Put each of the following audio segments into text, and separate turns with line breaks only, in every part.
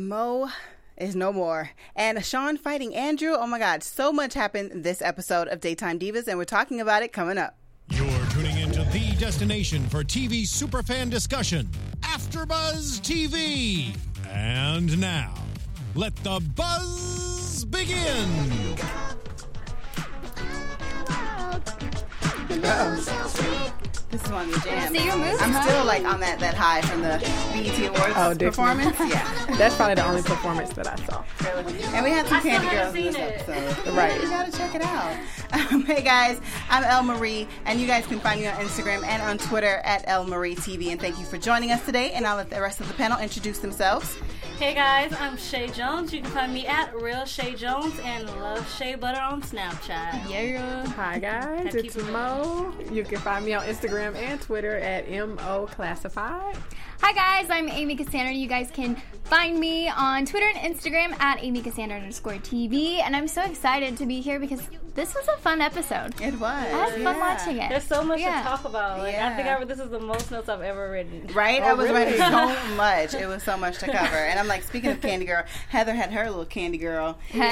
Mo is no more. And Sean fighting Andrew. Oh my God, so much happened this episode of Daytime Divas, and we're talking about it coming up.
You're tuning into the destination for TV superfan discussion, AfterBuzz TV. And now, let the buzz begin.
This is one of the jams.
See, you're moving,
I'm
huh?
still like on that, that high from the BET Awards
Oh, Dixie.
performance. Yeah.
That's probably the only performance that I saw.
And we had some
I still
candy girls
haven't
in this
seen it.
episode.
Right.
You gotta check it out. Um, hey guys, I'm El Marie, and you guys can find me on Instagram and on Twitter at El Marie TV. And thank you for joining us today. And I'll let the rest of the panel introduce themselves.
Hey guys, I'm Shay Jones. You can find me at Real Shay Jones and Love Shay Butter on Snapchat. Yeah.
Hi guys,
Happy
it's
birthday.
Mo. You can find me on Instagram and Twitter at mo classified.
Hi guys, I'm Amy Cassandra. You guys can find me on Twitter and Instagram at Amy Cassandra underscore TV. And I'm so excited to be here because this was a fun episode.
It was.
I had fun watching it.
There's so much
Yeah.
to talk about. Like, I think
Yeah.
I, this is the most notes I've ever written.
Right? I was
Oh, really?
writing so much. It was so much to cover. And I'm like, speaking of Candy Girl, Heather had her little Candy Girl and uh,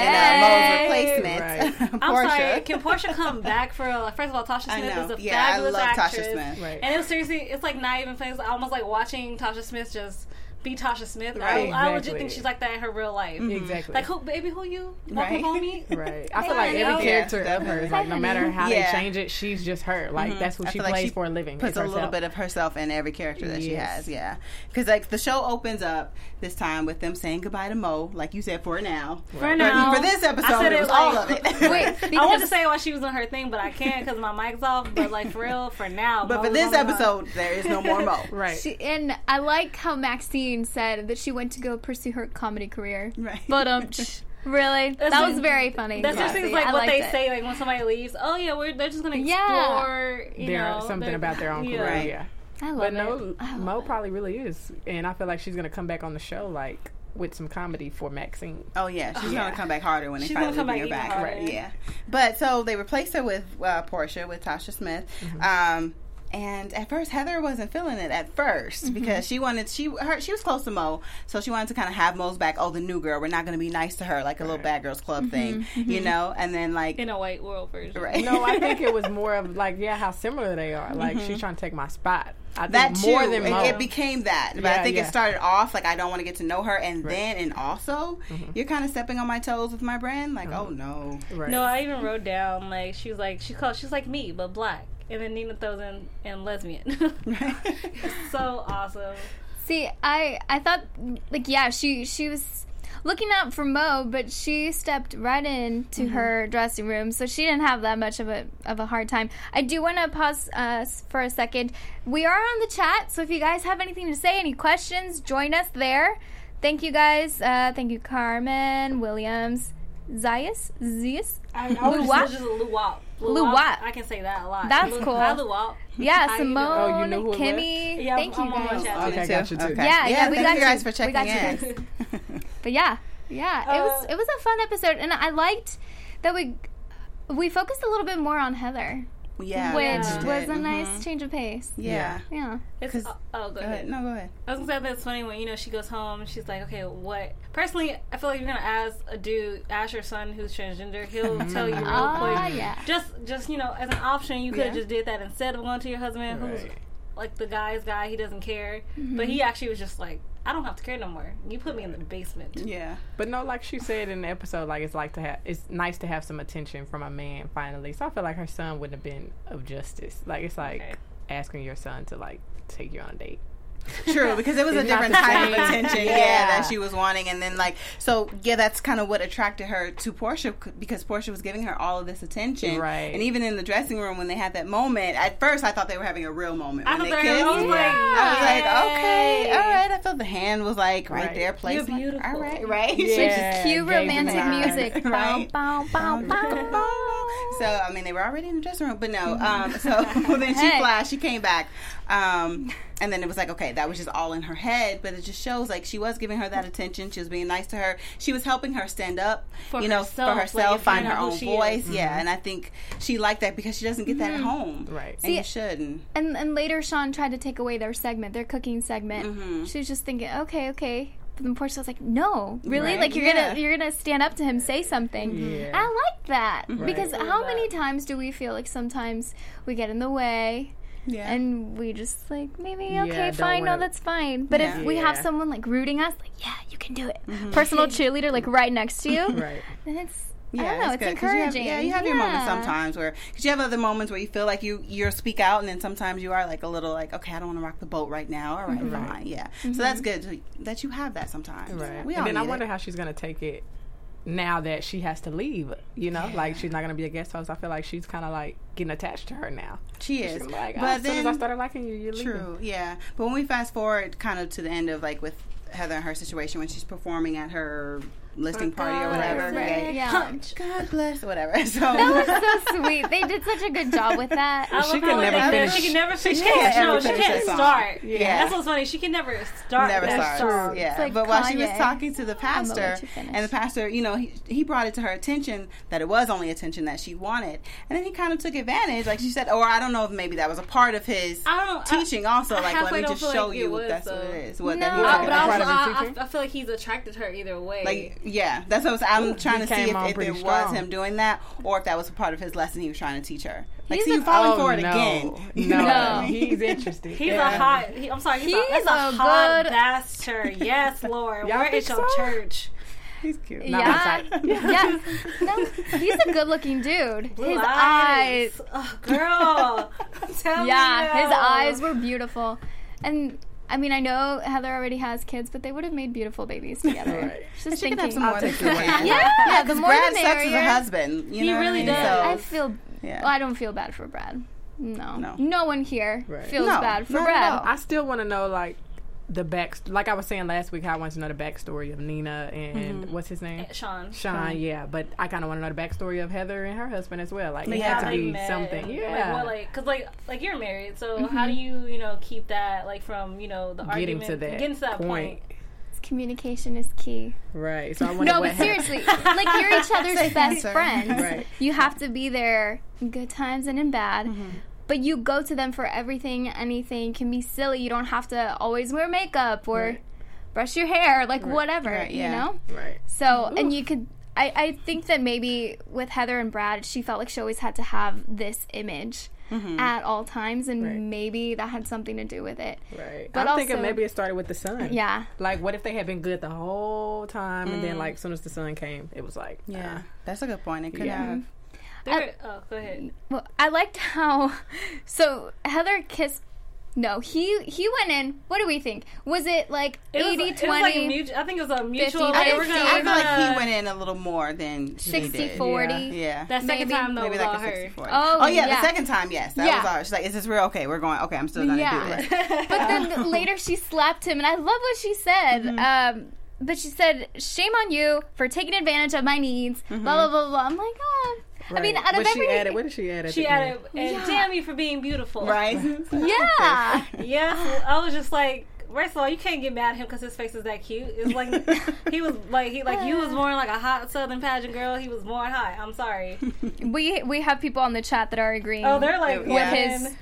Mo's
Hey.
replacement.
I'm sorry.
Portia.
Can Portia come back for real? Like, first of all, Tasha
I
Smith
know.
is a
Yeah, I
fabulous
love Tasha
actress.
Smith.
Right.
And it was seriously, it's like not even funny. It's almost like watching Tasha Smith just be Tasha Smith.
Right, Mm-hmm.
I,
exactly.
I legit think she's like that in her real life.
Exactly.
Like, who, baby, who you?
Right.
Right. Homie?
Right. I feel like every
honey. Yeah,
character of hers, like no
Hi,
matter
honey.
how
Yeah.
they change it, she's just her. Like that's what
I
she
feel
plays
like she
for a living.
Puts
is
a little
herself.
bit of herself in every character that she
Yes.
has, yeah. Because like the show opens up this time with them saying goodbye to Mo, like you said, for now.
For
But
now.
for this
I
episode,
said
it was
like-
all of it.
Wait,
I
because
want to say why she was on her thing, but I can't because my mic's off. But like for real, for now.
but
Mo
for
was
this
on the-
episode, there is no more Mo.
right.
she, and I like how Maxine said that she went to go pursue her comedy career.
Right.
But um, really, that was very funny.
That's just
Honestly,
things like
I
what they
liked it.
say, like when somebody leaves. Oh yeah, we're they're just gonna
Yeah.
explore. You
Their-
know,
something
their-
about their own career.
Right.
Yeah.
I love
But
it.
no,
I love
Mo
it.
probably really is, and I feel like she's gonna come back on the show like with some comedy for Maxine.
Oh yeah, she's gonna
Yeah.
come back harder when they
She's
finally
gonna come
bring her
back
back.
even
Right.
harder.
Yeah, but so they replaced her with uh, Portia with Tasha Smith. Um, and at first, Heather wasn't feeling it at 1st because she wanted she her, she was close to Mo, so she wanted to kind of have Mo's back. Oh, the new girl, we're not gonna be nice to her like a little bad girls club thing, you know. And then like
in a white world version.
right,
No, I think it was more of like yeah, how similar they are. Like she's trying to take my spot. I
Mm-hmm.
think
that
more
too.
than
it,
Mo.
it became that, but I
Yeah,
think it
yeah.
started off like I don't want to get to know her, and then and also
Mm-hmm.
you're kind of stepping on my toes with my brand. Like, oh no,
right.
No, I even wrote down like she was like she called she's like me but black, and then Nina throws in and lesbian. so awesome.
See, I I thought like yeah, she she was looking out for Mo, but she stepped right into
Mm-hmm.
her dressing room, so she didn't have that much of a of a hard time. I do want to pause us for a second. We are on the chat, so if you guys have anything to say, any questions, join us there. Thank you guys. Uh, thank you, Carmen Williams. Zayas, Zias.
I, I was
Luwak?
just, just luwak.
Luwak.
I can say that a lot.
That's
Lu-
cool.
Hi, luwak.
Yeah,
How you doing?
Simone,
Oh, you know who it was?
Kimmy.
Yeah,
thank
I'm
you
on my
guys.
chat.
Okay, gotcha, too.
Okay.
Yeah, yeah, we
thank
got
you
you.
guys for checking
We got you.
in.
But yeah, yeah, it was
Uh,
it was a fun episode, and I liked that we we focused a little bit more on Heather,
Yeah,
which
we
Yeah.
did.
was
Mhm.
a nice change of pace.
Yeah.
Yeah,
It's, oh, oh, go
Go ahead.
ahead.
No, go ahead.
I was gonna say that's funny when you know she goes home. She's like, okay, what? Personally, I feel like you're gonna ask a dude, ask your son who's transgender. He'll tell you real
Ah,
quick.
yeah.
Just, just you know, as an option, you could have
Yeah.
just did that instead of going to your husband, who's
Right.
like the guy's guy. He doesn't care, but he actually was just like, I don't have to care no more. You put me in the basement.
Yeah.
But no, like she said in the episode, like it's like to have it's nice to have some attention from a man finally. So I feel like her son wouldn't have been of justice. Like it's like
Okay.
asking your son to like take you on a date.
True, because it was a
It's not
different
the
type of
same.
attention, yeah.
Yeah.
that she was wanting, and then like, so yeah, that's kind of what attracted her to Portia c- because Portia was giving her all of this attention,
Right.
And even in the dressing room when they had that moment, at first I thought they were having a real moment.
I
when
was
they
like,
kissed.
I was like,
I was like, okay,
yay.
all right. I felt the hand was like right,
Right.
there, placed.
You're
like,
beautiful.
all right, right.
Yeah,
cue
gave
romantic
them that.
music.
Right.
Bow, bow, bow, bow.
So I mean, they were already in the dressing room, but no. Um, so then she
Hey.
flashed. She came back, um, and then it was like, okay, that was just all in her head. But it just shows like she was giving her that attention. She was being nice to her. She was helping her stand up,
For
you know,
herself,
for herself,
like,
find
finding
her
out who
own
she is. Mm-hmm.
voice. Yeah, and I think she liked that because she doesn't get that at home,
Right.
And you
See,
shouldn't.
And and later, Sean tried to take away their segment, their cooking segment. She was just thinking, okay, okay. the porch. I was like, no, really?
Right,
Like you're
yeah.
gonna you're gonna stand up to him, say something.
Yeah.
I like that because
Right.
how many times do we feel like sometimes we get in the way
Yeah.
and we just like maybe
Yeah,
okay,
don't
fine, no,
wanna-
that's fine. But
Yeah. Mm-hmm.
if we have
Yeah.
someone like rooting us, like yeah, you can do it, personal cheerleader like right next to you,
Right.
then it's
Yeah,
I don't know,
it's
it's,
good, 'cause
encouraging.
You have, yeah, you have your moments
Yeah.
sometimes where, because you have other moments where you feel like you you speak out, and then sometimes you are like a little like, okay, I don't want to rock the boat right now. All right, fine, yeah. So that's good to, that you have that sometimes.
Mm-hmm. Right.
We all
and then I
need it.
wonder how she's gonna take it now that she has to leave. You know, like she's not gonna be a guest host. I feel like she's kind of like getting attached to her now.
She
She's
is,
gonna be like, oh,
but
as soon as I
then
started liking you, you're leaving.
true, yeah. But when we fast forward kind of to the end of like with Heather and her situation when she's performing at her listing party or whatever.
Right,
okay.
Yeah.
God bless, whatever. So
That was so sweet. They did such a good job with that.
I love
could
how
never
it ended.
finish-
She can never. She
she
can't.
can't
no,
ever
she
finish
can't
that song.
start.
Yeah.
that's what's funny. She can never start.
Never
that
starts.
song.
Yeah.
like
but while she was
Kanye.
talking to the
I'ma let
pastor,
you finish.
and the pastor, you know, he, he brought it to her attention that it was only attention that she wanted. And then he kind of took advantage, like she said, or I don't know if maybe that was a part of his
I don't. I-
teaching also,
I
like, let
halfway
me
don't
just
feel
show
like it
you
was,
that's what
though.
it is. What that
No.
he was
Oh,
talking
but
about.
Part
also,
of his
I,
teaching?
I, I feel like he's attracted her either way.
Like yeah, that's what I was, I'm trying to see
came on
if, if
pretty
it was
strong.
him doing that or if that was a part of his lesson he was trying to teach her. Like,
He's
see,
a-
you falling
Oh,
for it
no.
again. You
No,
know what I mean?
he's interested.
He's
Yeah.
a hot. He, I'm sorry. He's, a,
He's
that's a,
a
hot
good-
bastard. Yes, Lord.
Y'all
Where
think
is your
so?
church?
He's cute. No,
yeah.
I'm sorry.
yeah. No, he's a good looking dude.
Blue
his eyes.
Oh, girl.
Oh,
Tell
Yeah,
me
his
no.
eyes were beautiful. And I mean, I know Heather already has kids, but they would have made beautiful babies together.
Right.
Just
She
thinking.
could have some
I'll
more.
take
than
your
she
word.
wants.
yeah,
Yeah,
the
because
more the
Brad sucks as
merrier.
a husband. You
He
know what I
really
mean?
does.
So-
I feel.
Yeah.
Well, I don't feel bad for Brad. No,
No.
no, one here
Right.
feels
No,
bad for
not at all.
Brad.
I still want to know like the back. Like I was saying last week, how I wanted to know the backstory of Nina and what's his name.
Sean.
Sean, yeah, but I kind of want to know the backstory of Heather and her husband as well. Like, it
Yeah,
had to
they
be
met.
something.
Like,
Yeah.
what, like, cause like, like you're married, so how do you, you know, keep that like from, you know, the
Getting
argument,
to that,
getting to that
point.
point?
Communication is key.
Right. So I want to
No, but seriously, like you're each other's best
answer.
friends.
Right.
You have to be there in good times and in bad.
Mm-hmm.
But you go to them for everything, anything. It can be silly. You don't have to always wear makeup or
Right.
brush your hair, like whatever,
Right, yeah.
you know?
Right.
So, and you could, I, I think that maybe with Heather and Brad, she felt like she always had to have this image at all times, and
Right.
maybe that had something to do with it.
Right.
But
I'm thinking
also-
maybe it started with the sun.
Yeah.
Like, what if they had been good the whole time, and then like, as soon as the sun came, it was like, uh,
Yeah,
yeah,
that's a good point. It could
Yeah.
have.
There, oh, go ahead.
Well, I liked how. So Heather kissed. No, he he went in. What do we think? Was it like
It was,
80,
it was like
20,
mutual, I think it was a
50,
mutual. like,
I
we're
didn't
gonna,
see
I
it.
we're
feel like he
gonna-
went in a little more than she
60,
did.
40?
Yeah.
That second
Maybe-
time though
Maybe
was
like
all
the 60,
her.
40.
Oh,
Oh, yeah,
yeah.
the second time, yes. That
Yeah.
was all. She's like, is this real? Okay, we're going. Okay, I'm still going to
Yeah.
do it.
But then later she slapped him, and I love what she said. Um, but she said, "Shame on you for taking advantage of my needs." Blah blah blah blah. I'm like, oh. I mean,
Right.
out of
but
every
she added, what did she add? At
She
the end?
added, and damn you for being beautiful.
Right?
yeah,
Yeah, I was just like, first of all, you can't get mad at him because his face is that cute. It's like he was like he like you was born like a hot Southern pageant girl. He was born hot. I'm sorry.
we we have people on the chat that are agreeing.
Oh, they're like
with
Yeah.
his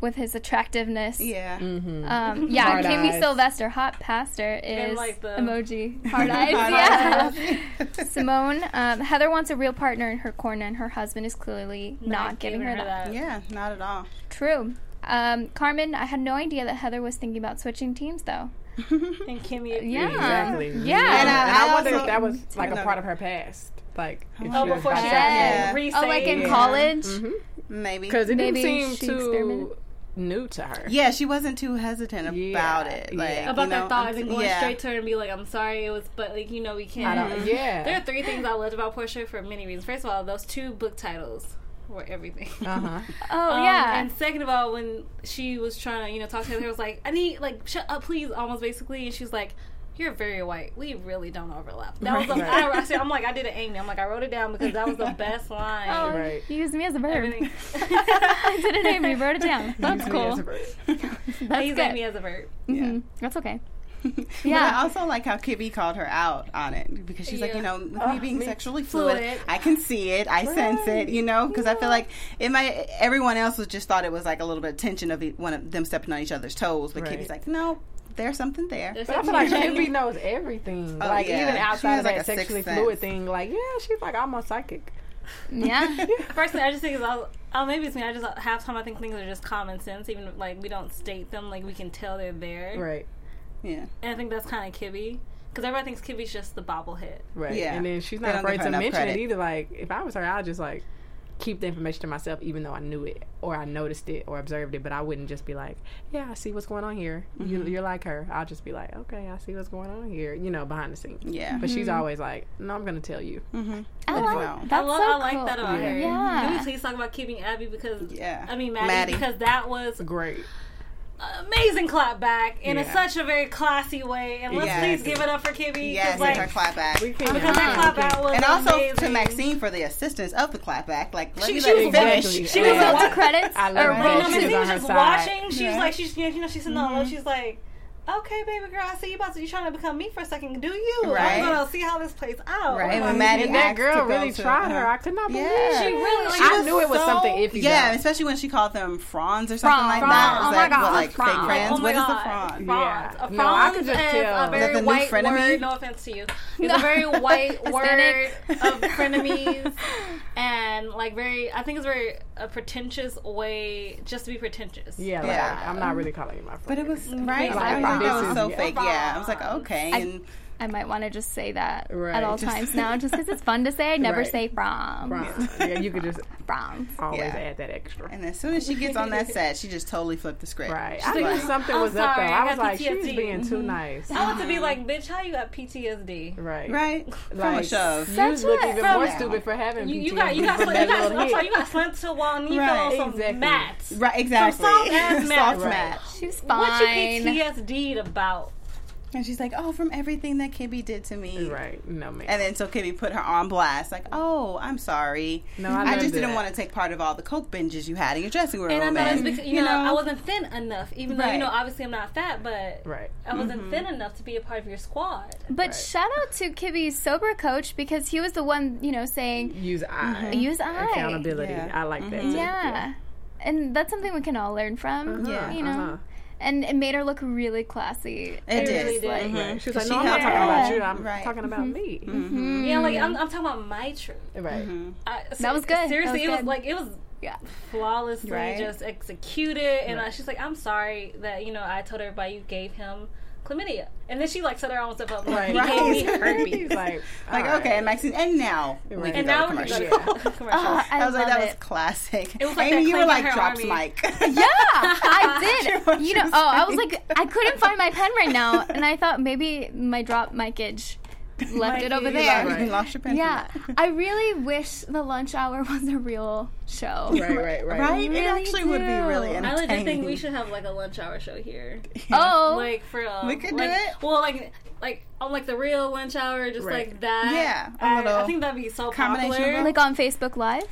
with his attractiveness.
yeah.
Mm.
Um, yeah,
Hard
Kimmy
eyes.
Sylvester, hot pastor, is
like, the-
emoji hard eyes.
Hard
yeah. Simone, um, Heather wants a real partner in her corner, and her husband is clearly not, giving her that.
Yeah, not at all.
True. Um, Carmen, I had no idea that Heather was thinking about switching teams, though.
And Kimmy,
Yeah.
Exactly.
Yeah.
And
And
I-
I,
I
wonder
also-
if that was like
No.
a part of her past, like if
Oh,
she was
before
bisexual.
she got
Yeah.
married.
Oh, like in
Yeah.
college?
Mm-hmm.
Mm-hmm. Maybe.
Because it
Maybe
didn't
she
seem too
experimented.
new to her.
Yeah, she wasn't too hesitant
Yeah,
about it.
yeah.
Like,
about
you
their
know,
thoughts and going
yeah.
straight to her and be like, I'm sorry, it was, but like you know we
I
can't.
don't, yeah.
There are three things I loved about Portia for many reasons. First of all, those two book titles were everything.
uh-huh.
Oh,
Um,
yeah.
And second of all, when she was trying to, you know, talk to her, was like, I need, like, shut up, please, almost basically. And she's like, you're very white. We really don't overlap. That was the, I, I said, I'm like, I did an aim. I'm like, I wrote it down because that was the best line.
oh,
Right.
you used me as a verb.
Everything.
Oh, I didn't name you, wrote it down. That's cool.
Yes, right.
That's
He's
good.
like me as a verb.
Mhm. That's okay.
Yeah.
Yeah.
I also like how Kibby called her out on it because she's like,
Yeah.
you know, with me being sexually fluid,
Fluid.
I can see it, I sense it, you know, because I feel like it might. Everyone else was just thought it was like a little bit of tension of e- one of them stepping on each other's toes, but
Right.
Kibby's like, no. there's something there.
There's
But I feel like Envy knows everything.
Oh,
like
yeah.
even
She
outside
has,
of
like,
that
a sixth
sexually
sense.
fluid thing, like yeah, she's like I'm a psychic.
Yeah.
Personally, I just think it's all. Oh, maybe it's me. I just half time I think things are just common sense. Even if, like we don't state them, like we can tell they're there.
Right.
Yeah.
And I think that's kind of kibby because everybody thinks kibby's just the bobblehead.
Right.
Yeah.
And then she's
They don't
not
give
afraid
her
to
enough
mention
credit.
it either. Like if I was her, I'd just like keep the information to myself, even though I knew it or I noticed it or observed it. But I wouldn't just be like, yeah, I see what's going on here. You,
Mm-hmm.
you're like her. I'll just be like, okay, I see what's going on here. You know, behind the scenes.
Yeah. Mm-hmm. Mm.
But she's always like, no, I'm gonna tell you.
I
Wow.
like, that's
I love.
so
I like
cool.
that about her. Can we
Yeah.
please talk about Kibby and Abby because
Yeah.
I mean Maddie,
Maddie.
because that was
Great.
amazing clap back in a,
Yeah.
such a very classy way. And let's
Yes.
please give it up for Kibby.
Yes,
like,
her clap back.
We can't.
because that clap out was
and also to
amazing.
Maxine for the assistance of the clap back. Like let
She-
me
she
let
was
you finish.
exactly.
She
We
was
went
like,
to credits
I
or
love
But
that
no,
rolls.
she
Maxine
was on
was
her
just
side. Mm-hmm.
watching. She was
Yeah.
like, she's you know, she's sitting on low. She's like, okay, baby girl, I see you about to. You trying to become me for a second? Do you?
Right.
I'm gonna see how this plays out.
Right.
I'm
When
like,
Maddie
And that
asked
girl
to go
really
to-
tried her.
uh-huh.
I could not believe.
Yeah.
she really like.
I knew it was
so-
something iffy.
Yeah,
though.
especially when she called them fronds or something
Fronds.
like that.
Fronds.
Is
Oh my
that
God,
what, like fake
fronds.
friends?
Oh my
what is a
God.
frond?
Fronds.
Yeah.
A
No, I
fronds
could just
is
tell.
a
Is that
very
the new
white
frenemy?
word. No offense to you. It's
No.
a very white word
Aesthetic.
of frenemies, and like very. I think it's very a pretentious way just to be pretentious.
Yeah, like,
Yeah.
I'm not really calling you my friend.
But it was right.
Like
I think that was
fronds.
so
Yeah.
fake. Yeah, I was like, okay,
I-
and
I might want to just say that
Right.
at all
Just-
times now, just because it's fun to say. I never
Right.
say from.
Bronze. Yeah, you could just
Bronze.
always
Yeah.
add that extra.
and as soon as she gets on that set, she just totally flipped the script.
Right.
She's
I knew
like,
something
I'm
was up though.
sorry,
I
I
was
got
like, she's
PTSD.
being too nice.
I want to be like, bitch, how you got PTSD?
Right.
right from a
Like,
shove.
You
Such
look
a-
even
from
more
a-
stupid for having
You,
PTSD.
you got you got
from
slam-
that
you got
little
I'm sorry,
hit.
you got slammed to the wall and you
Right.
fell on some
Exactly.
mats.
Right, exactly.
soft-ass mat.
Soft
Right.
mat.
She was
What
fine.
you PTSD'd about?
And she's like, "Oh, from everything that Kibby did to me."
Right. No man.
And then so Kimmy put her on blast, like, "Oh, I'm sorry.
No, I
just
loved
didn't
it.
want to take part of all the coke binges you had in your dressing room."
And I know it's
and,
because you, know, I wasn't thin enough, even though
Right.
you know obviously I'm not fat, but
right.
I wasn't thin enough to be a part of your squad.
but shout out to Kibby's sober coach because he was the one, you know, saying,
Use I.
use I.
Accountability.
Yeah.
I like that. Too.
Yeah. And that's something we can all learn from.
Yeah.
You know?
Uh-huh.
And it made her look really classy.
It did.
really did.
Like,
Right. She's like,
She
no, I'm not
had-
talking about you. I'm
Right.
talking about me.
Yeah, like
mm-hmm.
I'm, I'm talking about my truth.
Right.
I,
That was good. That
Seriously,
was
it
good.
was like it was
Yeah.
flawlessly
Right.
just executed. And uh, she's like, I'm sorry that you know I told everybody you gave him chlamydia, and then she like set her own stuff up like
Right.
he gave me
He's
herpes.
like,
like,
all
okay,
right.
and Maxine, and now we
Right.
can
and
go
now
to
we can go
commercial.
to commercial.
Oh, I,
I, was
love
like, that
it.
was classic.
It was like
Amy,
that
you were
claim to
like,
her
drops
army.
mic.
Yeah, I
What
did. You
you
know, oh, I was
think?
like, I couldn't find my pen right now, and I thought maybe my drop micage left it over there.
You lost your pen.
Yeah,
from that.
I really wish the lunch hour was a real show.
Right, right, right.
Right?
really
it actually would be really
do.
entertaining.
I legit think we should have like a lunch hour show here.
Oh,
Like for um,
We could do
like,
it.
Well, like like on like the real lunch hour, just
Right.
like that.
Yeah, a
I,
little
I think that'd be so
combination of
popular.
both. Mm.
like on Facebook Live.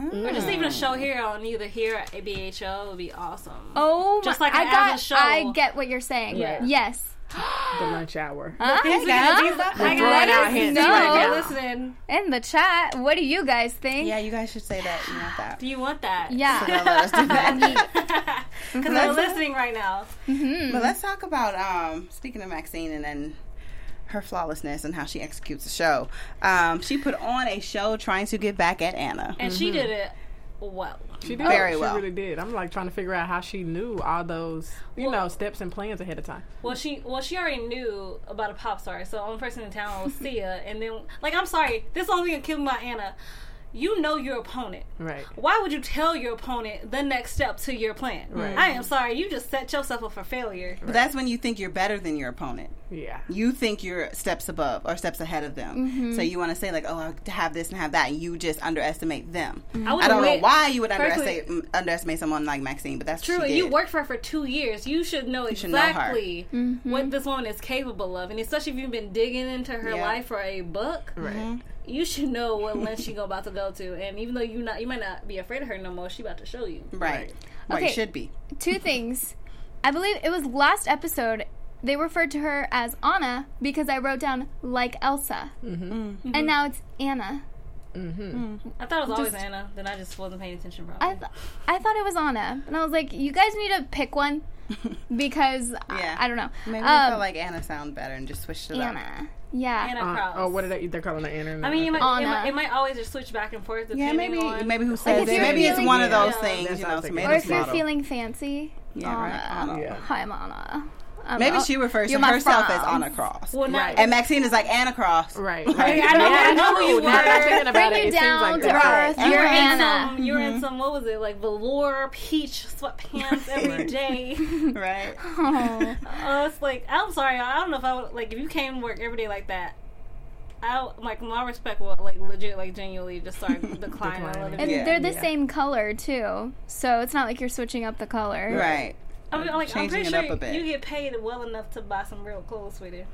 or just even a show here on either here at ABHO would be awesome.
Oh,
Just
my,
like
I
an
got.
as a show.
I get what you're saying.
Yeah.
Yes.
The lunch hour.
Huh?
Things we gotta do. I
throwing
gotta
out
let
hints
us
right
know.
now.
Listen,
In the chat, what do you guys think?
Yeah, you guys should say that. You want that.
do you want that?
So
Yeah.
don't let us do that.
Because they're listening right now.
But let's talk about um, speaking of Maxine and then her flawlessness and how she executes the show. Um, she put on a show trying to get back at Anna.
And she did it well.
She did.
Very
she
well.
really did. I'm like trying to figure out how she knew all those, you know, steps and plans ahead of time.
Well, she well she already knew about a pop star, so the only person in town was Sia. And then, like, I'm sorry, this is the only thing that killed my Anna. You know your opponent.
Right.
Why would you tell your opponent the next step to your plan?
Right.
I am sorry, you just set yourself up for failure.
But that's when you think you're better than your opponent.
Yeah.
You think you're steps above or steps ahead of them.
Mm-hmm.
So you want to say like, "Oh, I have this and have that," and you just underestimate them.
would
I don't know
admit-
why you would
Frankly-
underestimate m- underestimate someone like Maxine, but that's
True,
What
and
she
you
did.
worked for her for two years. You should know
should know her.
exactly what this woman is capable of, and especially if you've been digging into her
Yeah.
life for a book.
Right.
You should know what lunch you about to go to, and even though you not, you might not be afraid of her no more. She about to show you.
right. Well, you
Okay.
should be.
Two things. I believe it was last episode. They referred to her
Mm-hmm.
as Anna because I wrote down like Elsa, and now it's Anna.
I thought it was always Anna. Then I just wasn't paying attention. Probably.
I, th- I thought it was Anna, and I was like, "You guys need to pick one because
Yeah.
I, I don't know."
Maybe
Um,
I felt like Anna sound better and just switched it up.
Anna. Yeah,
Anna
Uh,
Cross.
oh, what are they? They're calling her Anna. and
I mean, it might, it,
Anna.
might, it might always just switch back and forth.
Yeah,
Depending
maybe
on,
maybe who says
if
it?
you're
Maybe it's
feeling-
one of those
Yeah.
things,
That's
you
what I
know.
was
So
thinking.
maybe
or
it's
if you're
not a-
feeling um, fancy,
Yeah, right,
Anna.
Anna.
Yeah.
I'm Anna. Um, I'm
Maybe
An-
she refers to
You're my
herself as
friends.
Anna Cross,
Well, not,
Right.
and Maxine is like Anna Cross.
right.
Like,
right.
I know-
Yeah,
I know who you
now that I'm
were.
thinking about
Bring
it,
you
it seems
down
like
to
that.
earth.
Right.
You
You're
were in
Anna.
some, you were in some, what was it, like velour peach sweatpants every day.
Right.
Oh.
Uh, it's like, I'm sorry, I don't know if I would, like, if you came to work every day like that, I, would- like, my respect would, like, legit, like, genuinely just start declining a little
And
bit.
Yeah.
they're the
Yeah.
same color too, so it's not like you're switching up the color.
Right.
I mean, like, I'm
Changing
pretty
it
sure
up a bit.
you get paid well enough to buy some real clothes, sweetie.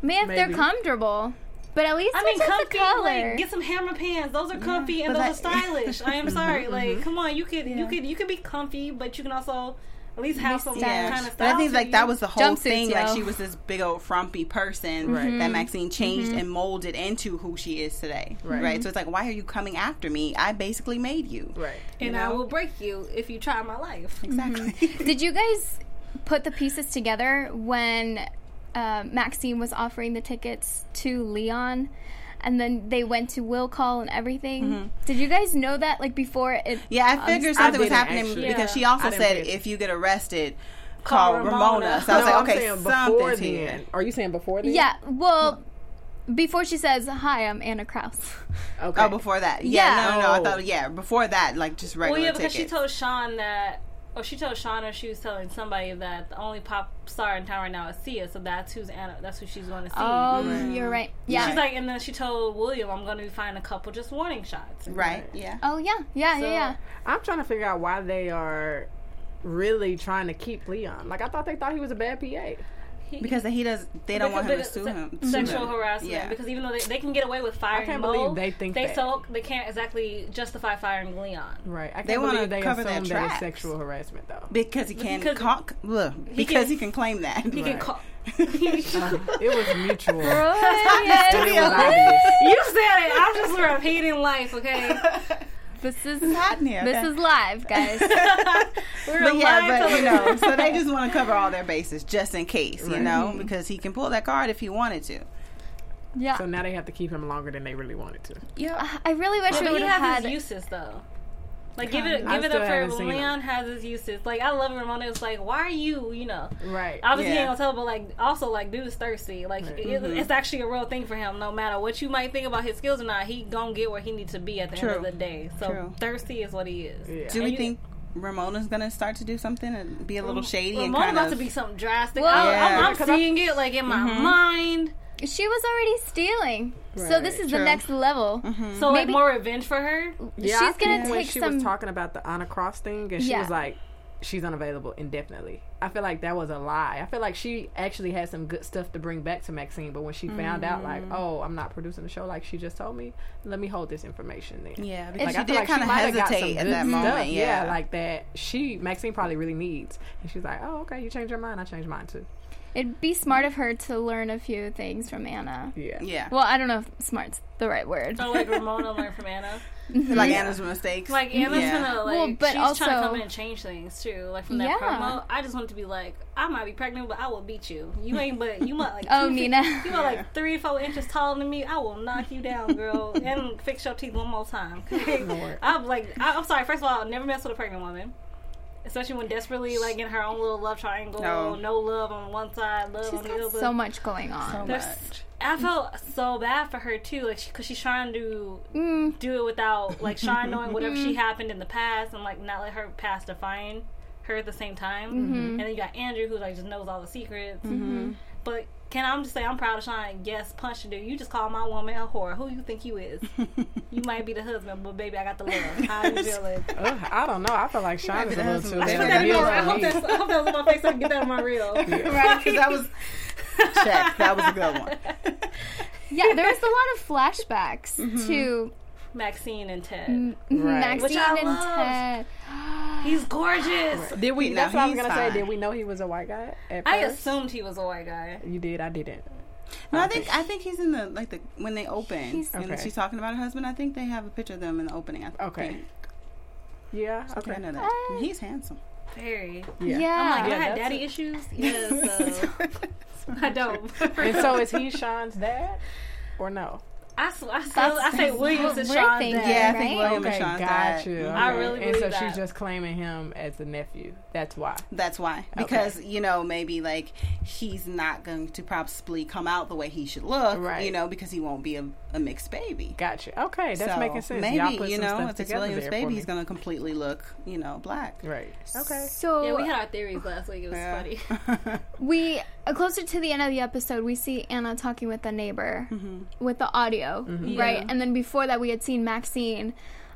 Maybe, if
Maybe.
they're comfortable, but at least
I mean,
switch up
comfy,
the color.
like, get some hammer pants. Those are comfy and
But
those
that- Mm-hmm,
are stylish. I am sorry, like, come on, you could, you could, you could be comfy, but you can also at least have some
stylish.
kind of style.
But I think
to
like
you.
that was the whole
Jumpsuits,
thing. Like
yo.
she was this big old frumpy person
Right.
that Maxine changed and molded into who she is today. Right.
Right.
So it's like, why are you coming after me? I basically made you.
Right.
and I will break you if you try my life.
Exactly.
Did you guys put the pieces together when uh, Maxine was offering the tickets to Leon? And then they went to will call and everything.
Mm-hmm.
Did you guys know that like before it?
yeah, I figured
I
something was
didn't
happening
actually-
because
Yeah.
she also
I didn't
said
pay
if you get arrested, call,
Call
Oh, Ramona.
Ramona.
So I was
no,
like, okay,
I'm saying before
something's
then.
here.
Are you saying before then?
Yeah. Well, before she says hi, I'm Anna Kraus.
Okay.
Oh, before that. Yeah,
Yeah.
no, no, I
Oh.
thought yeah, before that, like just
Well,
regular
yeah, because
tickets.
she told Sean that, or she told Sean, or she was telling somebody that the only pop star in town right now is Sia, so that's who's Anna, that's who she's going to see.
Oh, you're right. Yeah.
She's like, and then she told William, "I'm going to find a couple just warning shots."
right. Yeah.
oh yeah, yeah, yeah, yeah.
I'm trying to figure out why they are really trying to keep Leon. Like I thought they thought he was a bad PA.
Because he does they don't want him to
Because
sue
the
him.
se-
sue
Sexual
him.
harassment.
Yeah.
Because even though they, they can get away with firing,
can't
Mo,
believe they think
they
that.
so they can't exactly justify firing Leon.
Right. I can't
They wanna
believe they
cover
assume
their
that
tracks.
it's sexual harassment though.
Because he can
Because-
call, ugh, because
can-
he can claim that.
He can
Right.
call.
it was mutual. it
Right.
was obvious.
you said it. I'm just repeating life, okay?
this is
happening.
this is live, guys.
We're
But yeah,
alive
but
till
you
the-
know, so they just want to cover all their bases just in case, you
Right.
know, because he can pull that card if he wanted to.
Yeah.
So now they have to keep him longer than they really wanted to.
Yeah.
I really wish
But
we
he
would have
has
had.
his uses though. Like give it
I
give it
still
up for
haven't seen
Leon has his uses. Like I love Ramona. It's like why are you you know
Right.
obviously
Yeah.
he ain't gonna tell, but like also like dude is thirsty. Like it, it's actually a real thing for him. No matter what you might think about his skills or not, he gonna get where he needs to be at the end
True.
of the day. So
True.
thirsty is what he is.
yeah.
Do we
you-
think Ramona's gonna start to do something and be a little shady and
Ramona
kind
about
of?
to be something drastic.
Well,
I,
Yeah.
I'm, I'm seeing it like in my mind.
She was already stealing, so
Right,
this is
true.
the next level.
So like
Maybe-
more revenge for her.
Yeah,
She's
I think
gonna
when
take
she
some-
was talking about the Anna Cross thing, and she
Yeah.
was like, "She's unavailable indefinitely." I feel like that was a lie. I feel like she actually had some good stuff to bring back to Maxine, but when she found out, like,
Mm.
"Oh, I'm not producing the show," like she just told me, let me hold this information then.
yeah, because
Like,
she
I
did
feel like
kind of
might've got some
hesitate at
good
that
stuff,
moment. Yeah,
like that. She Maxine probably really needs, and she's like, "Oh, okay, you changed your mind. I changed mine too."
It'd be smart of her to learn a few things from Anna.
Yeah,
yeah,
Well, I don't know if smart's the right word.
So like Ramona learned from Anna.
like Anna's mistakes.
Like Anna's
Yeah.
gonna like
Well, but
she's trying to
also-
come in and change things too. Like from that
Yeah.
promo, I just want to be like, I might be pregnant, but I will beat you. You ain't but you might like
Oh,
two feet-
Nina.
you are like three four inches taller than me. I will knock you down, girl, and fix your teeth one more time.
Lord.
I'm like, I, I'm sorry. First of all, I'll never mess with a pregnant woman. Especially when desperately like in her own little love triangle,
No.
no, love on one side, love
She's
on the
got
other.
so much going on.
So
There's, I felt so bad for her too, like because she's trying to
Mm,
do it without like Sean knowing whatever she happened in the past and like not let her past define her at the same time. And then you got Andrew who like just knows all the secrets. But can I just say I'm proud of Sean? Yes, punch the dude. You just call my woman a whore. Who you think you is? you might be the husband, but baby, I got the love. How you feeling?
Ugh, I don't know. I feel like Sean
be
is
the
a little
husband.
too.
I think
Put
that'd
that in
be
Yeah.
my- I hope that's- I hope that was on my face. so I can get that on my reel.
right? Because that was check. That was a good one.
yeah, there was a lot of flashbacks
Mm-hmm.
to
Maxine and Ted.
Maxine
Which I
and
loved.
Ted.
He's gorgeous.
Did we?
No,
that's what I was
he's
gonna
fine.
say. Did we know he was a white guy? At
I
first?
assumed he was a white guy.
you did. I didn't.
No, I think I think he's in the like the when they open
He's-
and
Okay.
she's talking about her husband. I think they have a picture of them in the opening. I think.
Okay. Yeah.
I
Okay.
know that.
Uh,
he's handsome.
Very.
Yeah.
I'm like,
Yeah,
I had
that's it.
daddy issues. Yeah, so I don't.
And so is he Sean's dad or no?
I, sw- I, sw-
That's-
I say
that's
Williams
what
and
we're
Sean.
thinking.
yeah, I
Right?
think William Oh, and Sean's
got you.
dad. Mm-hmm.
I really
and so
believe
she's
that.
just claiming him as the nephew. That's why.
That's why. Because, you know, maybe like he's not going to probably come out the way he should look,
Right.
you know, because he won't be a, a mixed baby.
Gotcha. Okay, that's
So
making sense. Y'all put
Maybe, you
some
know,
stuff
if it's
together
William's
there for
baby,
me.
he's going to completely look, you know, black.
Right. Okay.
So
Yeah, we had our theories last week. It was
Yeah.
funny.
we uh, closer to the end of the episode we see anna talking with the neighbor with the audio right
Mm-hmm. Yeah.
and then before that we had seen maxine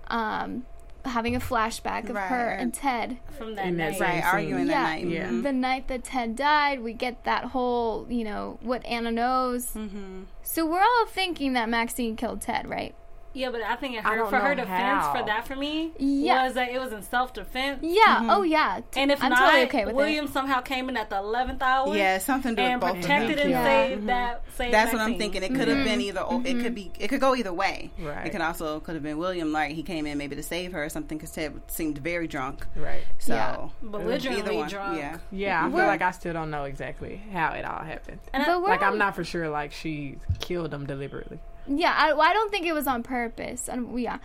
um, having a flashback of
Right,
her
right.
and ted
From that
And
night.
that's
right,
Same
arguing
scene.
Yeah.
that night.
Yeah.
Mhm.
the night that ted died we get that whole you know what anna knows
Mm-hmm.
so we're all thinking that maxine killed ted right
Yeah, but I think it
I
her,
don't
for her
know
defense
how.
for that for me
Yeah.
was that it was in self defense.
yeah oh yeah T-
Mm-hmm. And if
i'm
not,
totally okay with
William somehow came in at the eleventh hour
Yeah, something to do
and
with both of them.
protected and
Yeah.
saved
Mm-hmm.
that. Saved
That's what I'm
Maxine.
thinking. It could have been either. o It could be. It could go either way.
Mm-hmm. Right.
It could also could have been William. Like he came in maybe to save her or something because Ted seemed very drunk.
Right.
So
Yeah.
either
Belligerently
one.
drunk.
Yeah.
Yeah, I feel
Well-
like I still don't know exactly how it all happened.
it but we're
Like
all-
I'm not for sure. Like she killed him deliberately.
Yeah, I, well, I don't think it was on purpose. And we- yeah,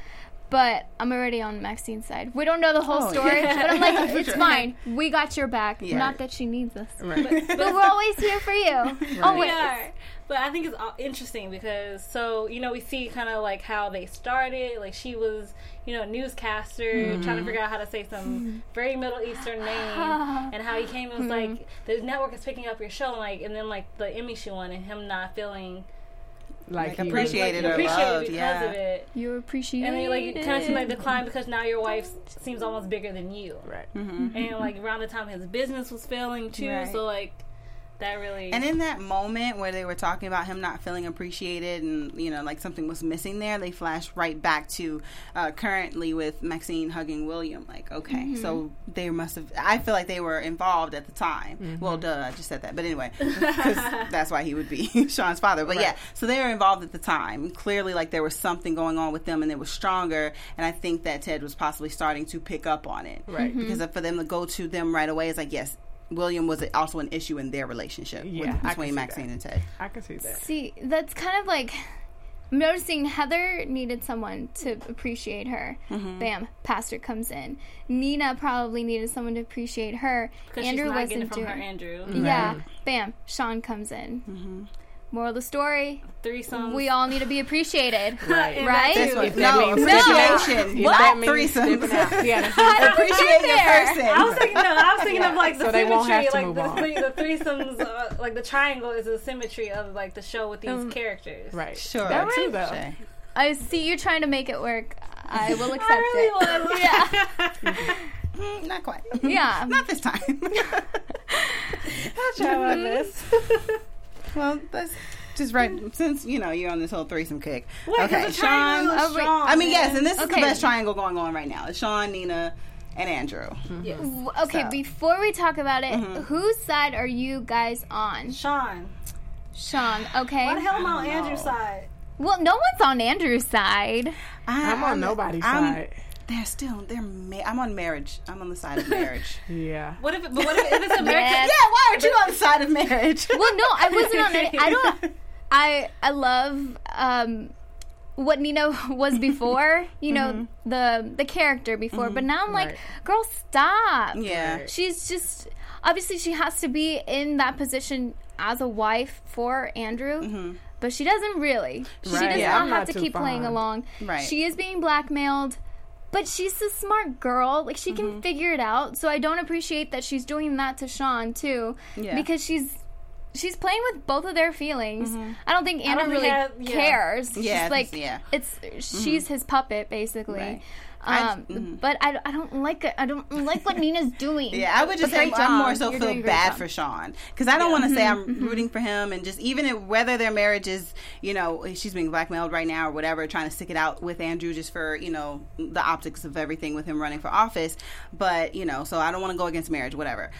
but I'm already on Maxine's side. We don't know the whole
Oh,
story, but I'm like, it's fine. We got your back.
Yeah. Mm.
Not that she needs us,
Right.
but we're always here for you.
We
Always.
are. But I think it's all interesting because so you know we see kind of like how they started. Like she was you know a newscaster trying to figure out how to say some very Middle Eastern name, and how he came and was like the network is picking up your show, and like and then like the Emmy she won, and him not feeling
Like, he
like,
appreciate- Appreciated or
appreciated
loved,
because
yeah.
of it.
You appreciate
And then like
it.
kind of seemed like declined because now your wife seems almost bigger than you,
Right.
and like around the time his business was failing too,
Mm-hmm. Right.
so like that really
And in that moment where they were talking about him not feeling appreciated and, you know, like something was missing there, they flashed right back to uh, currently with Maxine hugging William. Like, okay, so they must have, I feel like they were involved at the time. Well, duh, I just said that. But anyway, 'cause that's why he would be Sean's father. But yeah, so they were involved at the time. Clearly, like, there was something going on with them and it was stronger. And I think that Ted was possibly starting to pick up on it.
Right.
Because for them to go to them right away is like, yes. William was also an issue in their relationship
Yeah, I
between
can see
Maxine
that.
and Ted.
I can see that.
See, that's kind of like I'm noticing Heather needed someone to appreciate her.
Mm-hmm.
Bam, Pastor comes in. Nina probably needed someone to appreciate her.
because she's
Andrew
not getting it
wasn't
from
doing.
her Andrew.
Yeah, bam, Sean comes in.
Mm-hmm.
Moral of the story:
threesomes.
We all need to be appreciated,
Right.
right?
That's what,
If that
no,
means
appreciation.
If
What?
that means
Threesomes.
stepping out. Yeah.
How did we
Appreciate
get
your
there?
person.
I was thinking, no, I was thinking of like the
So they
symmetry,
won't have to
like
move
the,
on.
three- the threesomes, uh, like the triangle is the symmetry of like the show with these characters.
Right.
Sure.
That too, though.
Shay.
I see you trying to make it work. I will accept
I
it.
really was.
Yeah,
Mm, Not quite.
Um,
yeah.
Not this time. Mm-hmm. well, that's just right. Since, you know, you're on this whole threesome kick.
Wait, 'cause the triangle is
oh, wait.
strong,
I mean, yes,
man.
and this is the
Okay.
best triangle going on right now. It's Sean, Nina, and Andrew.
Yes.
W- Okay,
So-
before we talk about it, whose side are you guys on,
Sean,
Sean? Okay.
why the hell am I on Andrew's side?
Well, no one's on Andrew's side.
I,
I'm on nobody's
I'm-
side.
They're still, they're, ma- I'm on marriage. I'm on the side of marriage.
Yeah.
What if, but what if, if it's American?
Yes.
yeah, why aren't you on the side of marriage?
Well, no, I wasn't on it. I don't. I I love um, what Nina was before. You know the the character before, but now I'm like,
Mm-hmm. Right.
girl, stop.
yeah.
She's just obviously she has to be in that position as a wife for Andrew. But she doesn't really. She
Mm-hmm. Right.
does
Yeah,
not
I'm
have
not
to
too
keep playing
fond.
along.
Right.
She is being blackmailed, but she's a smart girl. Like she
Mm-hmm.
can figure it out. So I don't appreciate that she's doing that to Sean too,
Yeah.
because she's she's playing with both of their feelings. I don't think Andrew
think
really
that- yeah.
cares.
Yeah,
She's
I think
like
so, yeah. Mm-hmm.
it's she's his puppet basically.
Right. I- mm-hmm.
Um, but I, I don't like it. I don't like what Nina's doing.
Yeah, I would just
But
say
great
I'm
job.
more so
You're doing
feel
a great
bad
job. Mm-hmm.
for Sean because I don't want to say I'm rooting for him and just even if, whether their marriage is you know she's being blackmailed right now or whatever, trying to stick it out with Andrew just for you know the optics of everything with him running for office. But you know, so I don't want to go against marriage, whatever.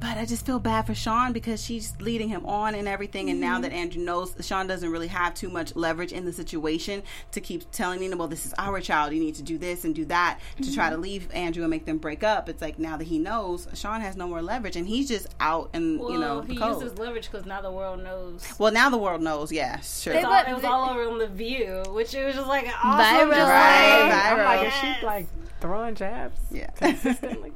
But I just feel bad for Sean because she's leading him on and everything. And
Mm-hmm.
now that Andrew knows, Sean doesn't really have too much leverage in the situation to keep telling Nina, well, this is our child. You need to do this and do that to try to
Mm-hmm.
leave Andrew and make them break up. It's like now that he knows, Sean has no more leverage and he's just out and,
Well,
you know,
he
the cold.
uses leverage because now the world knows.
well, now the world knows, yes, sure.
They
It's all-
But
it was
the-
all over on the View, which it was just like
Viral.
awesome. Just
Right.
like,
I'm like, is
Yes.
she like throwing jabs?
Yeah.
Consistently?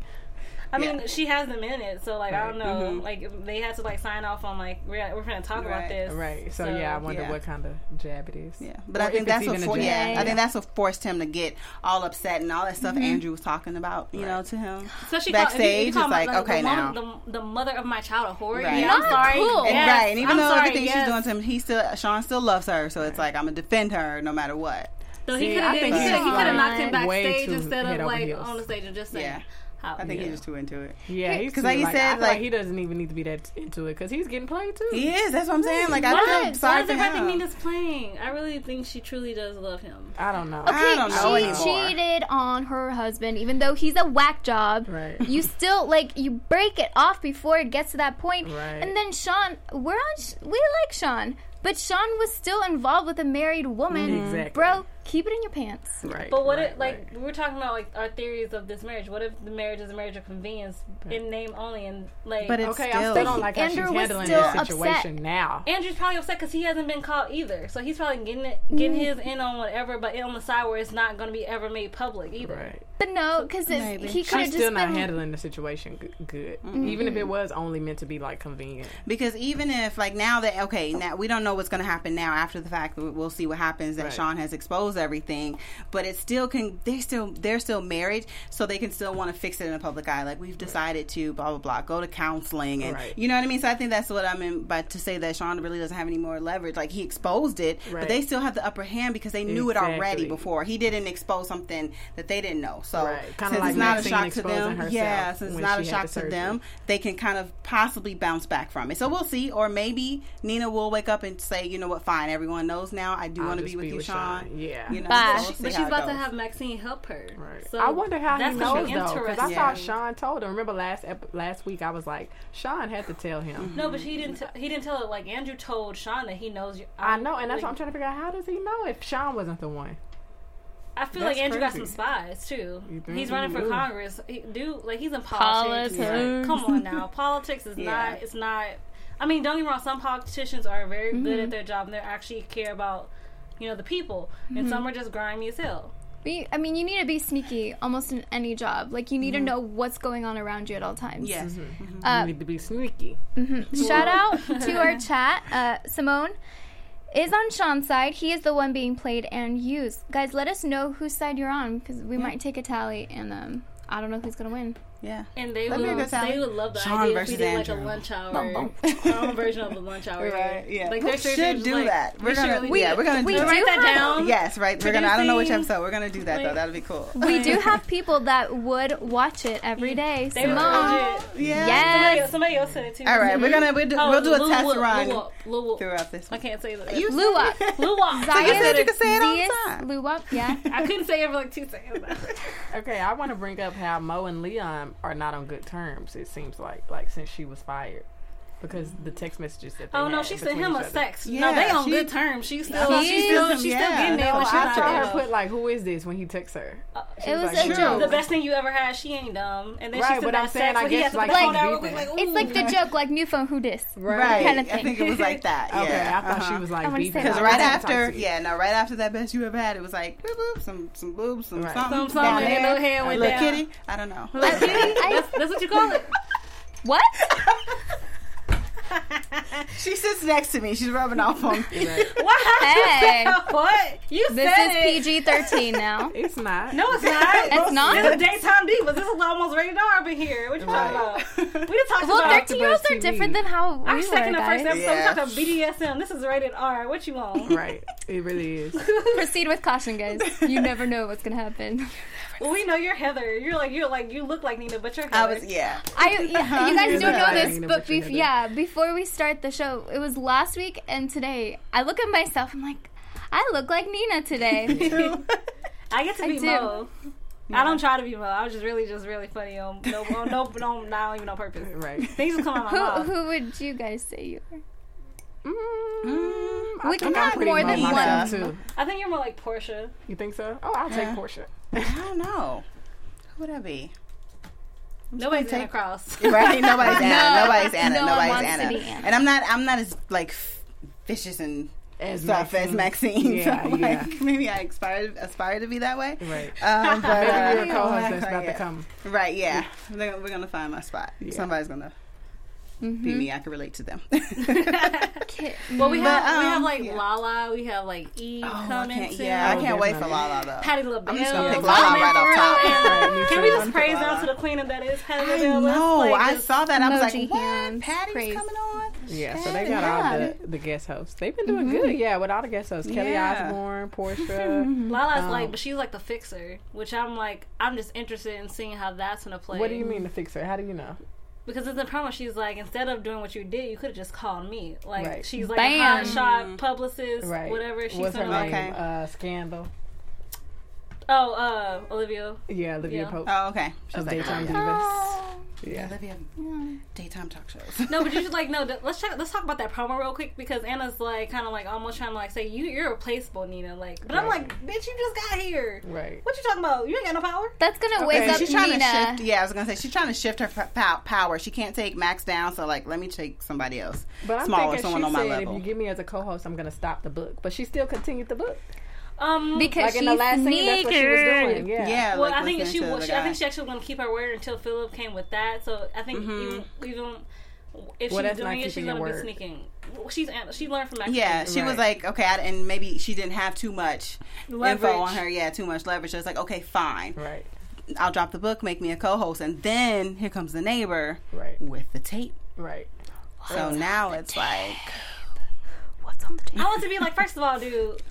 I mean,
Yeah.
she has them in it, so like I don't
Right.
know. Like they had to like sign off on like we're we're gonna talk
Right.
about this,
right. So, yeah, I wonder
yeah.
what kind of jab it is.
Yeah, but
Or
I think
if it's
that's what
even a
for,
jab.
yeah,
Yeah.
I think that's what forced him to get all upset and all that stuff
Mm-hmm.
Andrew was talking about, you know, to him.
Especially
Backstage,
call,
it's
my-
like, okay,
the mom-
now.
the, the mother of my child a whore.
Right.
Yeah,
Not
I'm sorry.
cool.
And-
Oh, Yes,
right, and even
I'm
though
sorry,
everything
yes.
she's doing to him, he still Sean still loves her, so it's like I'm gonna defend her no matter what.
No, he
See,
could
I
have
think
he
he's
could
like
have knocked him
way
backstage
too
instead
head
of
over
like
heels.
on the stage and just saying,
Yeah.
how,
I think
Yeah.
he's just too into it.
Yeah,
Yeah,
he's
'cause
too,
like you
like,
said,
I feel like,
like-
he doesn't even need to be that into it because he's getting played too.
He is. That's what I'm saying. Like
Why,
I feel
why
sorry
does
for
everything mean
him.
is playing? I really think she truly does love him.
I don't know.
I don't know
she
anymore.
cheated on her husband, even though he's a whack job.
Right.
You still like you break it off before it gets to that point.
Right.
And then Sean, we're on. Sh- We like Sean, but Sean was still involved with a married woman.
Exactly.
Bro, keep it in your pants.
Right.
But what
right,
if like
right.
we were talking about like our theories of this marriage? What if the marriage is a marriage of convenience in name only and like
But it's
Okay, I
still,
still don't like how
Andrew
she's
was
handling
still
this situation
upset.
now.
Andrew's probably upset because he hasn't been caught either, so he's probably getting it, getting
Mm.
his in on whatever, but on the side where it's not going to be ever made public either.
Right.
But no, because
Maybe.
he could have
She's
just
still not
been.
handling the situation g- good, even if it was only meant to be like convenient.
because even if like now that okay now we don't know what's going to happen now after the fact we- we'll see what happens that
Right.
sean has exposed everything but it still can they still they're still married so they can still want to fix it in the public eye like we've decided to blah blah blah go to counseling and
Right.
you know what i mean so i think that's what i meant by to say that sean really doesn't have any more leverage like he exposed it but
Right.
they still have the upper hand because they knew it already
Exactly.
before he didn't expose something that they didn't know so
Right. Kinda
since
like
it's not a
Maxine
shock to
exposing
them
herself
yeah since it's
when
not a
she had
shock
the
to
surgery.
them they can kind of possibly bounce back from it. So we'll see. Or maybe Nina will wake up and say, you know what, fine, everyone knows now. I do
I'll
want to
just
be with you, Sean.
Yeah.
You know, so
Bye.
we'll
She-
see
But
how
she's
it
about to
goes.
have Maxine help her.
Right.
So
I wonder how he
that's gonna
knows
be
though, because I
interesting.
saw
Yeah.
Sean told him. Remember last ep- last week, I was like, Sean had to tell him.
No, but he didn't. T- he didn't tell it. Like Andrew told Sean that he knows. You,
I know, and that's what I'm
like,
trying to figure out. How does he know if Sean wasn't the one?
I feel
That's
like Andrew
crazy.
got some spies too.
You think?
He's running for
Ooh.
Congress. He, dude, like he's in
Politics.
politics. Come on now, politics is
Yeah.
not. It's not. I mean, don't get me wrong. Some politicians are very good
Mm-hmm.
at their job and they actually care about, you know, the people,
Mm-hmm.
and some are just grimy as hell.
But you- I mean, you need to be sneaky almost in any job. Like you need
Mm-hmm.
to know what's going on around you at all times. Uh, hmm,
Yes.
you need to be sneaky.
Shout out to our chat. Uh, Simone is on Sean's side. He is the one being played and used. Guys, let us know whose side you're on because we might take a tally and um, I don't know who's going to win.
Yeah.
And they
That'd be a
would,
good time.
they would love the
Sean
idea if
versus
we did like a
Andrew.
lunch hour,
Bum,
our own version of a lunch hour.
Right, yeah.
like
We
their
should
churches,
do
like,
that. We're
we
gonna-
should really
yeah,
do that.
we're gonna do
Should
that.
write that
We do
down.
Yes, right. We're gonna. I don't know which
Producing.
episode. We're gonna do that though.
Like-
That'll be cool.
We do have people that would watch it every day.
They were
Simone.
legit.
Yeah.
Somebody
Yes.
else, somebody else said it too. Oh,
All right. We're gonna. We'll do, we'll do a
Lil
test
Whoop,
run
Lil Whoop, Lil Whoop.
throughout this.
I
One.
can't say that.
You
Luwak.
Lil Wop.
you
Zion.
said you could say it all the
Zias
time.
Luwak, yeah.
I couldn't say it for like two seconds.
Okay, I want to bring up how Mo and Leon are not on good terms. It seems like like since she was fired, because the text messages that they
Oh no,
had
she sent
between
him
each other.
a sext.
Yeah,
no, they on
she-
good terms. She's still,
thought
she's
she
still,
sent him,
she's
yeah.
still getting there
No,
when she's
I
not
saw her
there.
put like, "Who is this?" when he texts her. She
It was
like,
a
"Sure."
joke.
The best thing you ever had. She ain't dumb. And then
Right,
she sent
but I'm
that
saying,
sext
I
where he
guess,
has to put
like,
the phone down real
beefing.
quick. Like,
It's like the joke, like new phone, who dis?
Right.
Right.
Kind of thing.
I think it was like that.
Okay,
Yeah. Uh-huh.
I thought she was
I
like
wanna say that.
beefing.
Because
like,
right
I'm toxic.
after, yeah, no, right after that best you ever had, it was like boop, boop, some some boobs, some
Right.
something,
Some
down
something,
there,
no hair
a
went
little
down.
kitty. I don't know.
Like, that's, that's what you call it.
What?
She sits next to me. She's rubbing off on me.
Hey.
what? You
This
said
is
it.
PG 13 now.
It's not.
No, it's not.
It's not?
This is daytime divas. This is almost rated R up in here. What you talking about? We just talked
Well,
about.
13 year olds are
TV.
different than how we
Our
were,
second and first
guys.
episode,
Yeah.
we talked about BDSM. This is rated R. What you want?
Right. It really is.
Proceed with caution, guys. You never know what's gonna happen.
Well, we know you're Heather. You're like you're like you look like Nina, but you're
I
Heather.
was yeah.
I, yeah, you guys
You're
don't know
not
this,
writing
but
what you're
bef-
gonna
yeah, before we start the show, it was last week and today. I look at myself. I'm like, I look like Nina today.
I get to
I
be
do.
Mo. I don't try to be Mo. I was just really, just really funny. Um, no, no, no, no, not even on purpose.
Right.
Things just come out of my
Uh-huh.
Who,
mouth.
who would you guys say you were?
Mm, I
We
think
can
I'm
have
pretty
more
Mo
than
myself,
one.
Too.
I think you're more like Portia.
You think so? Oh, I'll take
Yeah.
Portia.
I don't know. Who would I be?
Nobody's gonna
take-
cross.
Right? Nobody's Anna.
No.
Nobody's Anna.
No one
Nobody's
wants to
Anna.
be Anna.
And I'm not. I'm not as like f- vicious and
As
stuff as Maxine.
Yeah,
so like,
yeah.
maybe I aspire aspire to be that way.
Right.
Um, but, uh,
Maybe you're a co-host that's about
yeah.
to come.
Right, yeah. They're- We're going to find my spot.
Yeah.
Somebody's going to
Mm-hmm.
be me. I can relate to them.
Kit-
Well, we have we have
um,
like
yeah.
Lala. We have like E
Oh, I
coming
can't,
too.
yeah, I can't wait for
definitely.
Lala, though.
Patty LaBelle.
I'm just gonna pick
Lala
Lala
Mann
right off top.
Ferrell, and-
Right, me
Can we
too.
just
I'm
praise
Lala.
out to the queen of that is Patty
I
LaBelle? Let's,
know.
like,
I
just-
saw that. I was like,
Emoji
what?
hands,
Patty's
praise.
coming on?
Yeah, so they
Shit,
got all
yeah.
the, the guest hosts. They've been doing good, yeah, with all the guest hosts. Kelly
Mm-hmm. Yeah.
Osbourne, Portia.
Lala's like,
Um,
but she's like the fixer, which I'm like, I'm just interested in seeing how that's gonna play.
what do you mean the fixer? How do you know?
Because in the promo, she's like, instead of doing what you did, you could have just called me. Like,
Right.
she's like a
Bam.
hot shot publicist,
Right.
whatever. She's
What's her
gonna
name?
like,
Okay.
Uh, Scandal.
oh, uh, Olivia.
Yeah, Olivia
Yeah.
Pope
Oh, okay.
of
She's like,
Daytime
oh,
Divas.
yeah.
Yeah.
Olivia, daytime talk shows.
No, but you should like no. th- Let's check. Let's talk about that promo real quick because Anna's like kind of like almost trying to like say you you're replaceable, Nina. Like, but I'm
Right.
like, bitch, you just got here.
Right.
What you talking about? You ain't got no power.
That's gonna
Okay,
wake up
she's trying
Nina.
to shift. Yeah, I was gonna say she's trying to shift her p- pow- power. She can't take Max down, so like, let me take somebody else,
But I'm
smaller,
thinking
someone
she
on my
said,
level.
if you give me as a co-host, I'm gonna stop the book. But she still continued the book.
Um,
Because
Like
she's
in the last scene, that's what she was
sneaky.
doing. Yeah.
yeah,
well,
like
I think
listening
she
to
wa-
the
she, I think
guy.
she actually was gonna keep her word until Philip came with that. So I think even, even if
Well,
she's
that's not
doing it, she's
keeping your
gonna be
word.
sneaking. Well, She's Anna. She learned from that.
Yeah, she was like, okay, I, and maybe she didn't have too much info
Leverage.
on her. Yeah, too much leverage. So it's like, okay, fine,
Right.
I'll drop the book, make me a co-host, and then here comes the neighbor
Right.
with the tape.
Right.
So now it's like,
I want to be like, first of all, dude,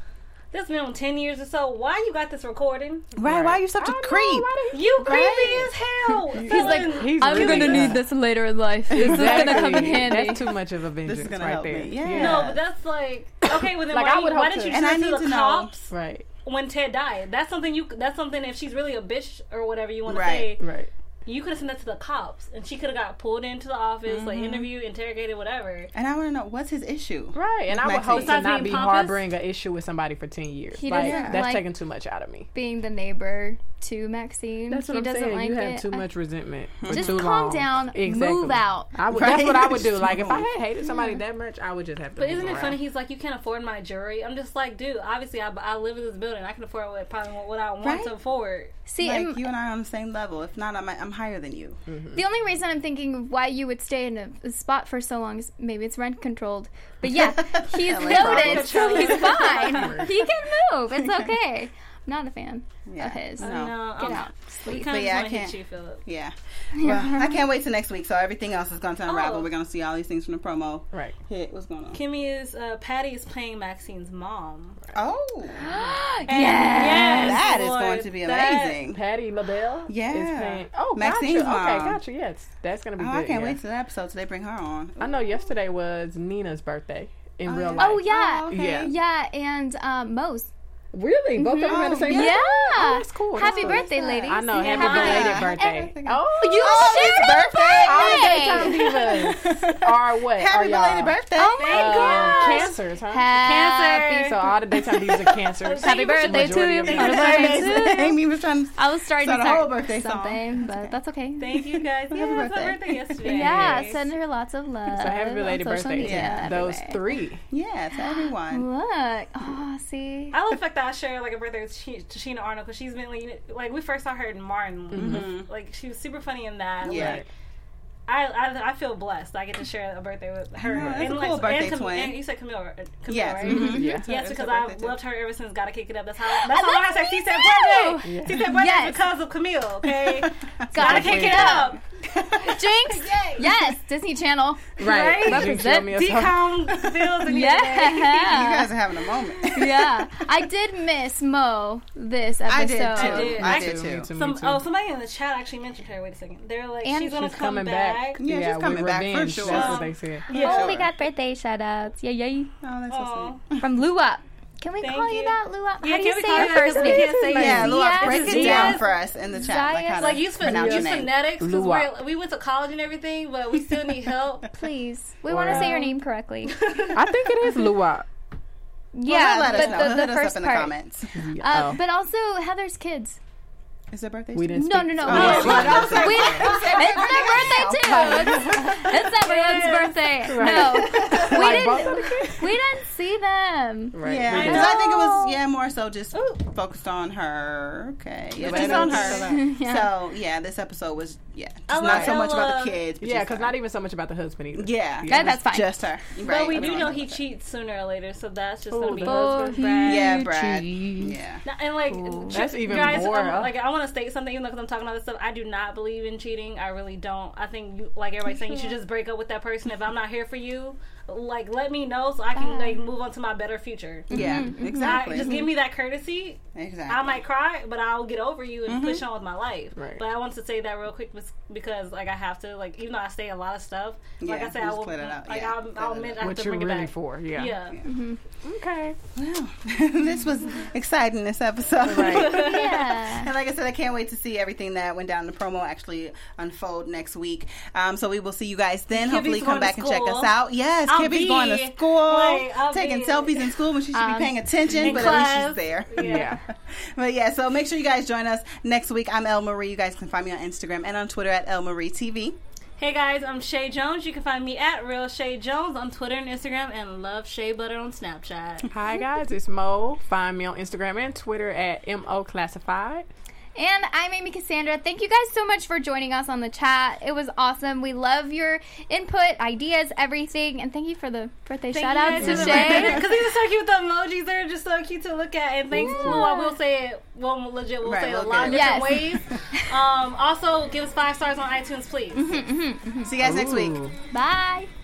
this been on ten years or so. Why you got this recording?
right? Why are you such
I
a
know,
creep?
why do you-
You creepy
Right.
as hell.
He's
Feeling-
like, he's really good.
this later in life. This
Exactly. That's too much of a vengeance
gonna
right
help
there.
me. Yeah.
no, but that's like okay. Well, then
Like,
why,
I would
you- why
hope
did
to.
you
And I
send
need
to
to
the
know.
cops
Right.
when Ted died? That's something you. That's something if she's really a bitch or whatever you want to
Right.
say.
Right.
you could have sent that to the cops and she could have got pulled into the office like
Mm-hmm.
interviewed interrogated whatever
And I want to know what's his issue.
Right. And I would
Maxine.
hope to
Besides
not
being
be
pompous?
harboring an issue with somebody for ten years.
He
like
doesn't
that's
like-
taking too much out of me.
Being the neighbor to Maxine.
That's what
he
I'm
doesn't
saying.
like
you have
it.
too
I-
much resentment. for
Just
too
calm
long.
down,
Exactly.
move out.
I would,
Right?
That's what I would do. Like if I had hated somebody that much, I would just have to.
but
move
isn't it
around.
funny he's like you can't afford my jury i'm just like dude obviously i, I live in this building i can afford what probably what i want
Right?
to afford
See,
Like
and
you and I are on the same level. If not, I'm, I'm higher than you.
the only reason I'm thinking of why you would stay in a, a spot for so long is maybe it's rent controlled. But yeah, he's noticed. He's fine. he can move. It's okay. I'm not a fan
Yeah.
of his.
No.
no
Get
I'm-
out.
we
Sleep.
kind of
yeah, I
want to hit
can't.
you philip
Yeah. Well, I can't wait till next week. So everything else is going to unravel.
Oh.
We're going to see all these things from the promo.
Right.
Hit what's going on.
kimmy is uh, patty is playing maxine's mom
Oh,
And yes
that is
Lord,
going to be
that-
amazing.
Patty LaBelle.
Yeah.
Is playing. Oh,
Maxine's
gotcha. Okay,
mom.
gotcha. Yes, that's gonna be.
Oh,
good,
I can't
yeah.
wait to that episode. So they bring her on.
I know. Yesterday was Nina's birthday in real
yeah.
life.
Oh yeah,
Oh, okay.
Yeah.
yeah, and um, Moe's.
Really? Both of them had the same.
Yeah.
birthday?
Yeah,
Oh, that's cool. That's
Happy
cool.
birthday, ladies.
I know. Happy
Yeah.
belated
Yeah.
birthday.
Everything.
Oh,
You shared
it's
his birthday.
Daytime divas are what? are
Happy
y'all?
belated birthday!
Oh my
Um,
gosh.
cancers, huh?
Happy,
Cancer.
so all the daytime divas are cancers.
happy birthday to
Majority
you.
of them.
Happy birthday to you.
Amy was trying to.
I was starting
Start
to
a
start
whole birthday song.
something, but that's okay.
thank you guys yeah, it's my
birthday.
birthday yesterday
Yeah, send her lots of love.
So happy belated
on social
birthday.
media
Yeah.
Those
everywhere.
three.
Yeah, to everyone.
Mm. Look, oh, see,
I love the fact that I share like a birthday with she- to Sheena Arnold because she's been like, you know, like we first saw her in Martin, like she was super funny in that.
Yeah.
Like, I, I I feel blessed. I get to share a birthday with her.
that's
and
a
like
cool birthday
and Cam-
twin.
and you said Camille, right? Camille
Yes.
Mm-hmm. right?
mhm.
mm-hmm, Yeah.
Yes,
It's
because
her
I've
birthday twin.
loved her ever since. Gotta kick it up. That's how. That's how I said. She said birthday.
Yeah.
She said birthday
Yes.
because of Camille. Okay,
gotta
gotta
kick
kick it up.
Jinx. yes, Disney Channel.
Right.
Right?
You
Represent.
tell me a song.
Decom bills and
You
Yeah,
guys are having a moment.
yeah. I did miss Mo this episode.
I did too. I
Oh
did.
did,
Me
I
too, me
too.
too, me
Some,
too.
oh, somebody in the chat actually mentioned her. Wait a second. They're like,
And
she's gonna
She's
come
coming back.
Yeah, she's
with
coming back for
revenge.
sure.
That's what they said.
Yeah,
oh,
sure.
we got birthday shout outs. Yay, yay.
Oh, that's so
Aw.
sweet.
From Lua. Can we
Thank
call you,
you.
that, Luau?
Yeah,
How do
can
you say
we call
your
you that? 'Cause
first
we
name?
can't say
Yeah,
it.
Luau,
Zias.
break it
Zias.
down for us in the chat. Like,
Zias.
how to
Like,
Like use, pho-
pronounce your
use
name.
phonetics because
Luwak.
we went to college and everything, but we still need help.
Please, we want to say your name correctly.
I think it is Luwak.
yeah,
well, they'll let us know.
but the,
They'll
the
hit us
first
up in the
part.
comments.
Uh,
Oh.
But also Heather's kids.
Is their birthday?
We
soon?
didn't
No,
speak-
no, no.
Oh, yeah.
we-
I was like,
we-
it's
it's their birthday too. It's, it's everyone's birthday. No, we
Like, both of
didn't.
the kids?
We didn't see them.
Right.
Yeah,
we
because
didn't.
I think it was yeah more so just focused on her. Okay, yeah,
But
just
I
on
know
her.
it's- Yeah.
So yeah, this episode was yeah
I
just not
like um,
so much about
Ella.
the kids. But
Yeah,
just
because
her.
not even so much about the husband either.
yeah,
Yeah,
it was
that's fine.
Just her.
But
Right,
we
I
do
mean,
know
like-
he cheats sooner or later, so that's just
Oh,
gonna be
the
Oh,
husband, Brad.
Yeah, Brad.
Cheese.
Yeah.
No, and like
Ooh.
ch-
That's even
guys,
more,
um,
huh?
like I want to state something, even though i I'm talking about this stuff. I do not believe in cheating. I really don't. I think you, like everybody's saying, you should just break up with that person. If I'm not here for you, like let me know so I can like move on to my better future.
Yeah, exactly.
Mm-hmm. I, just give me that courtesy.
exactly. Mm-hmm.
I might cry, but I'll get over you and push on with my life.
Right.
But I wanted to say that real quick bes- because, like, I have to, like, even though I say a lot of stuff, like
Yeah,
I said,
you
I
just
will,
clear that out.
like,
Yeah,
I'll,
clear
I'll
that
admit,
out.
I have
What
to
you're
bring it
really
back.
for? Yeah.
Yeah.
Okay.
Wow. this was exciting this episode.
Right.
Yeah.
And like I said, I can't wait to see everything that went down in the promo actually unfold next week. Um, so we will see you guys then.
Kibby's
Hopefully, come
going to
back and check
school.
us out. Yes,
I'll
Kibby's
be-
going to school,
like, I'll
taking
be-
selfies in school when she should
Um,
be paying attention,
in
but at least she's
class.
there.
Yeah.
But yeah, so make sure you guys join us next week. I'm El Marie. You guys can find me on Instagram and on Twitter at El Marie TV.
Hey guys, I'm Shay Jones. You can find me at Real Shay Jones on Twitter and Instagram, and love Shay Butter on Snapchat.
Hi guys, it's Mo. Find me on Instagram and Twitter at mo classified.
And I'm Amy Cassandra. Thank you guys so much for joining us on the chat. It was awesome. We love your input, ideas, everything. And thank you for the birthday shout out to Shay.
because these are so cute. The emojis they're just so cute to look at. And thanks,
Yeah.
Lou. I will say it. Well, legit, we'll
Right,
say it a
we'll
lot of
get
it.
different ways. um, also, give us five stars on iTunes, please.
See you guys next week.
Ooh.
Bye.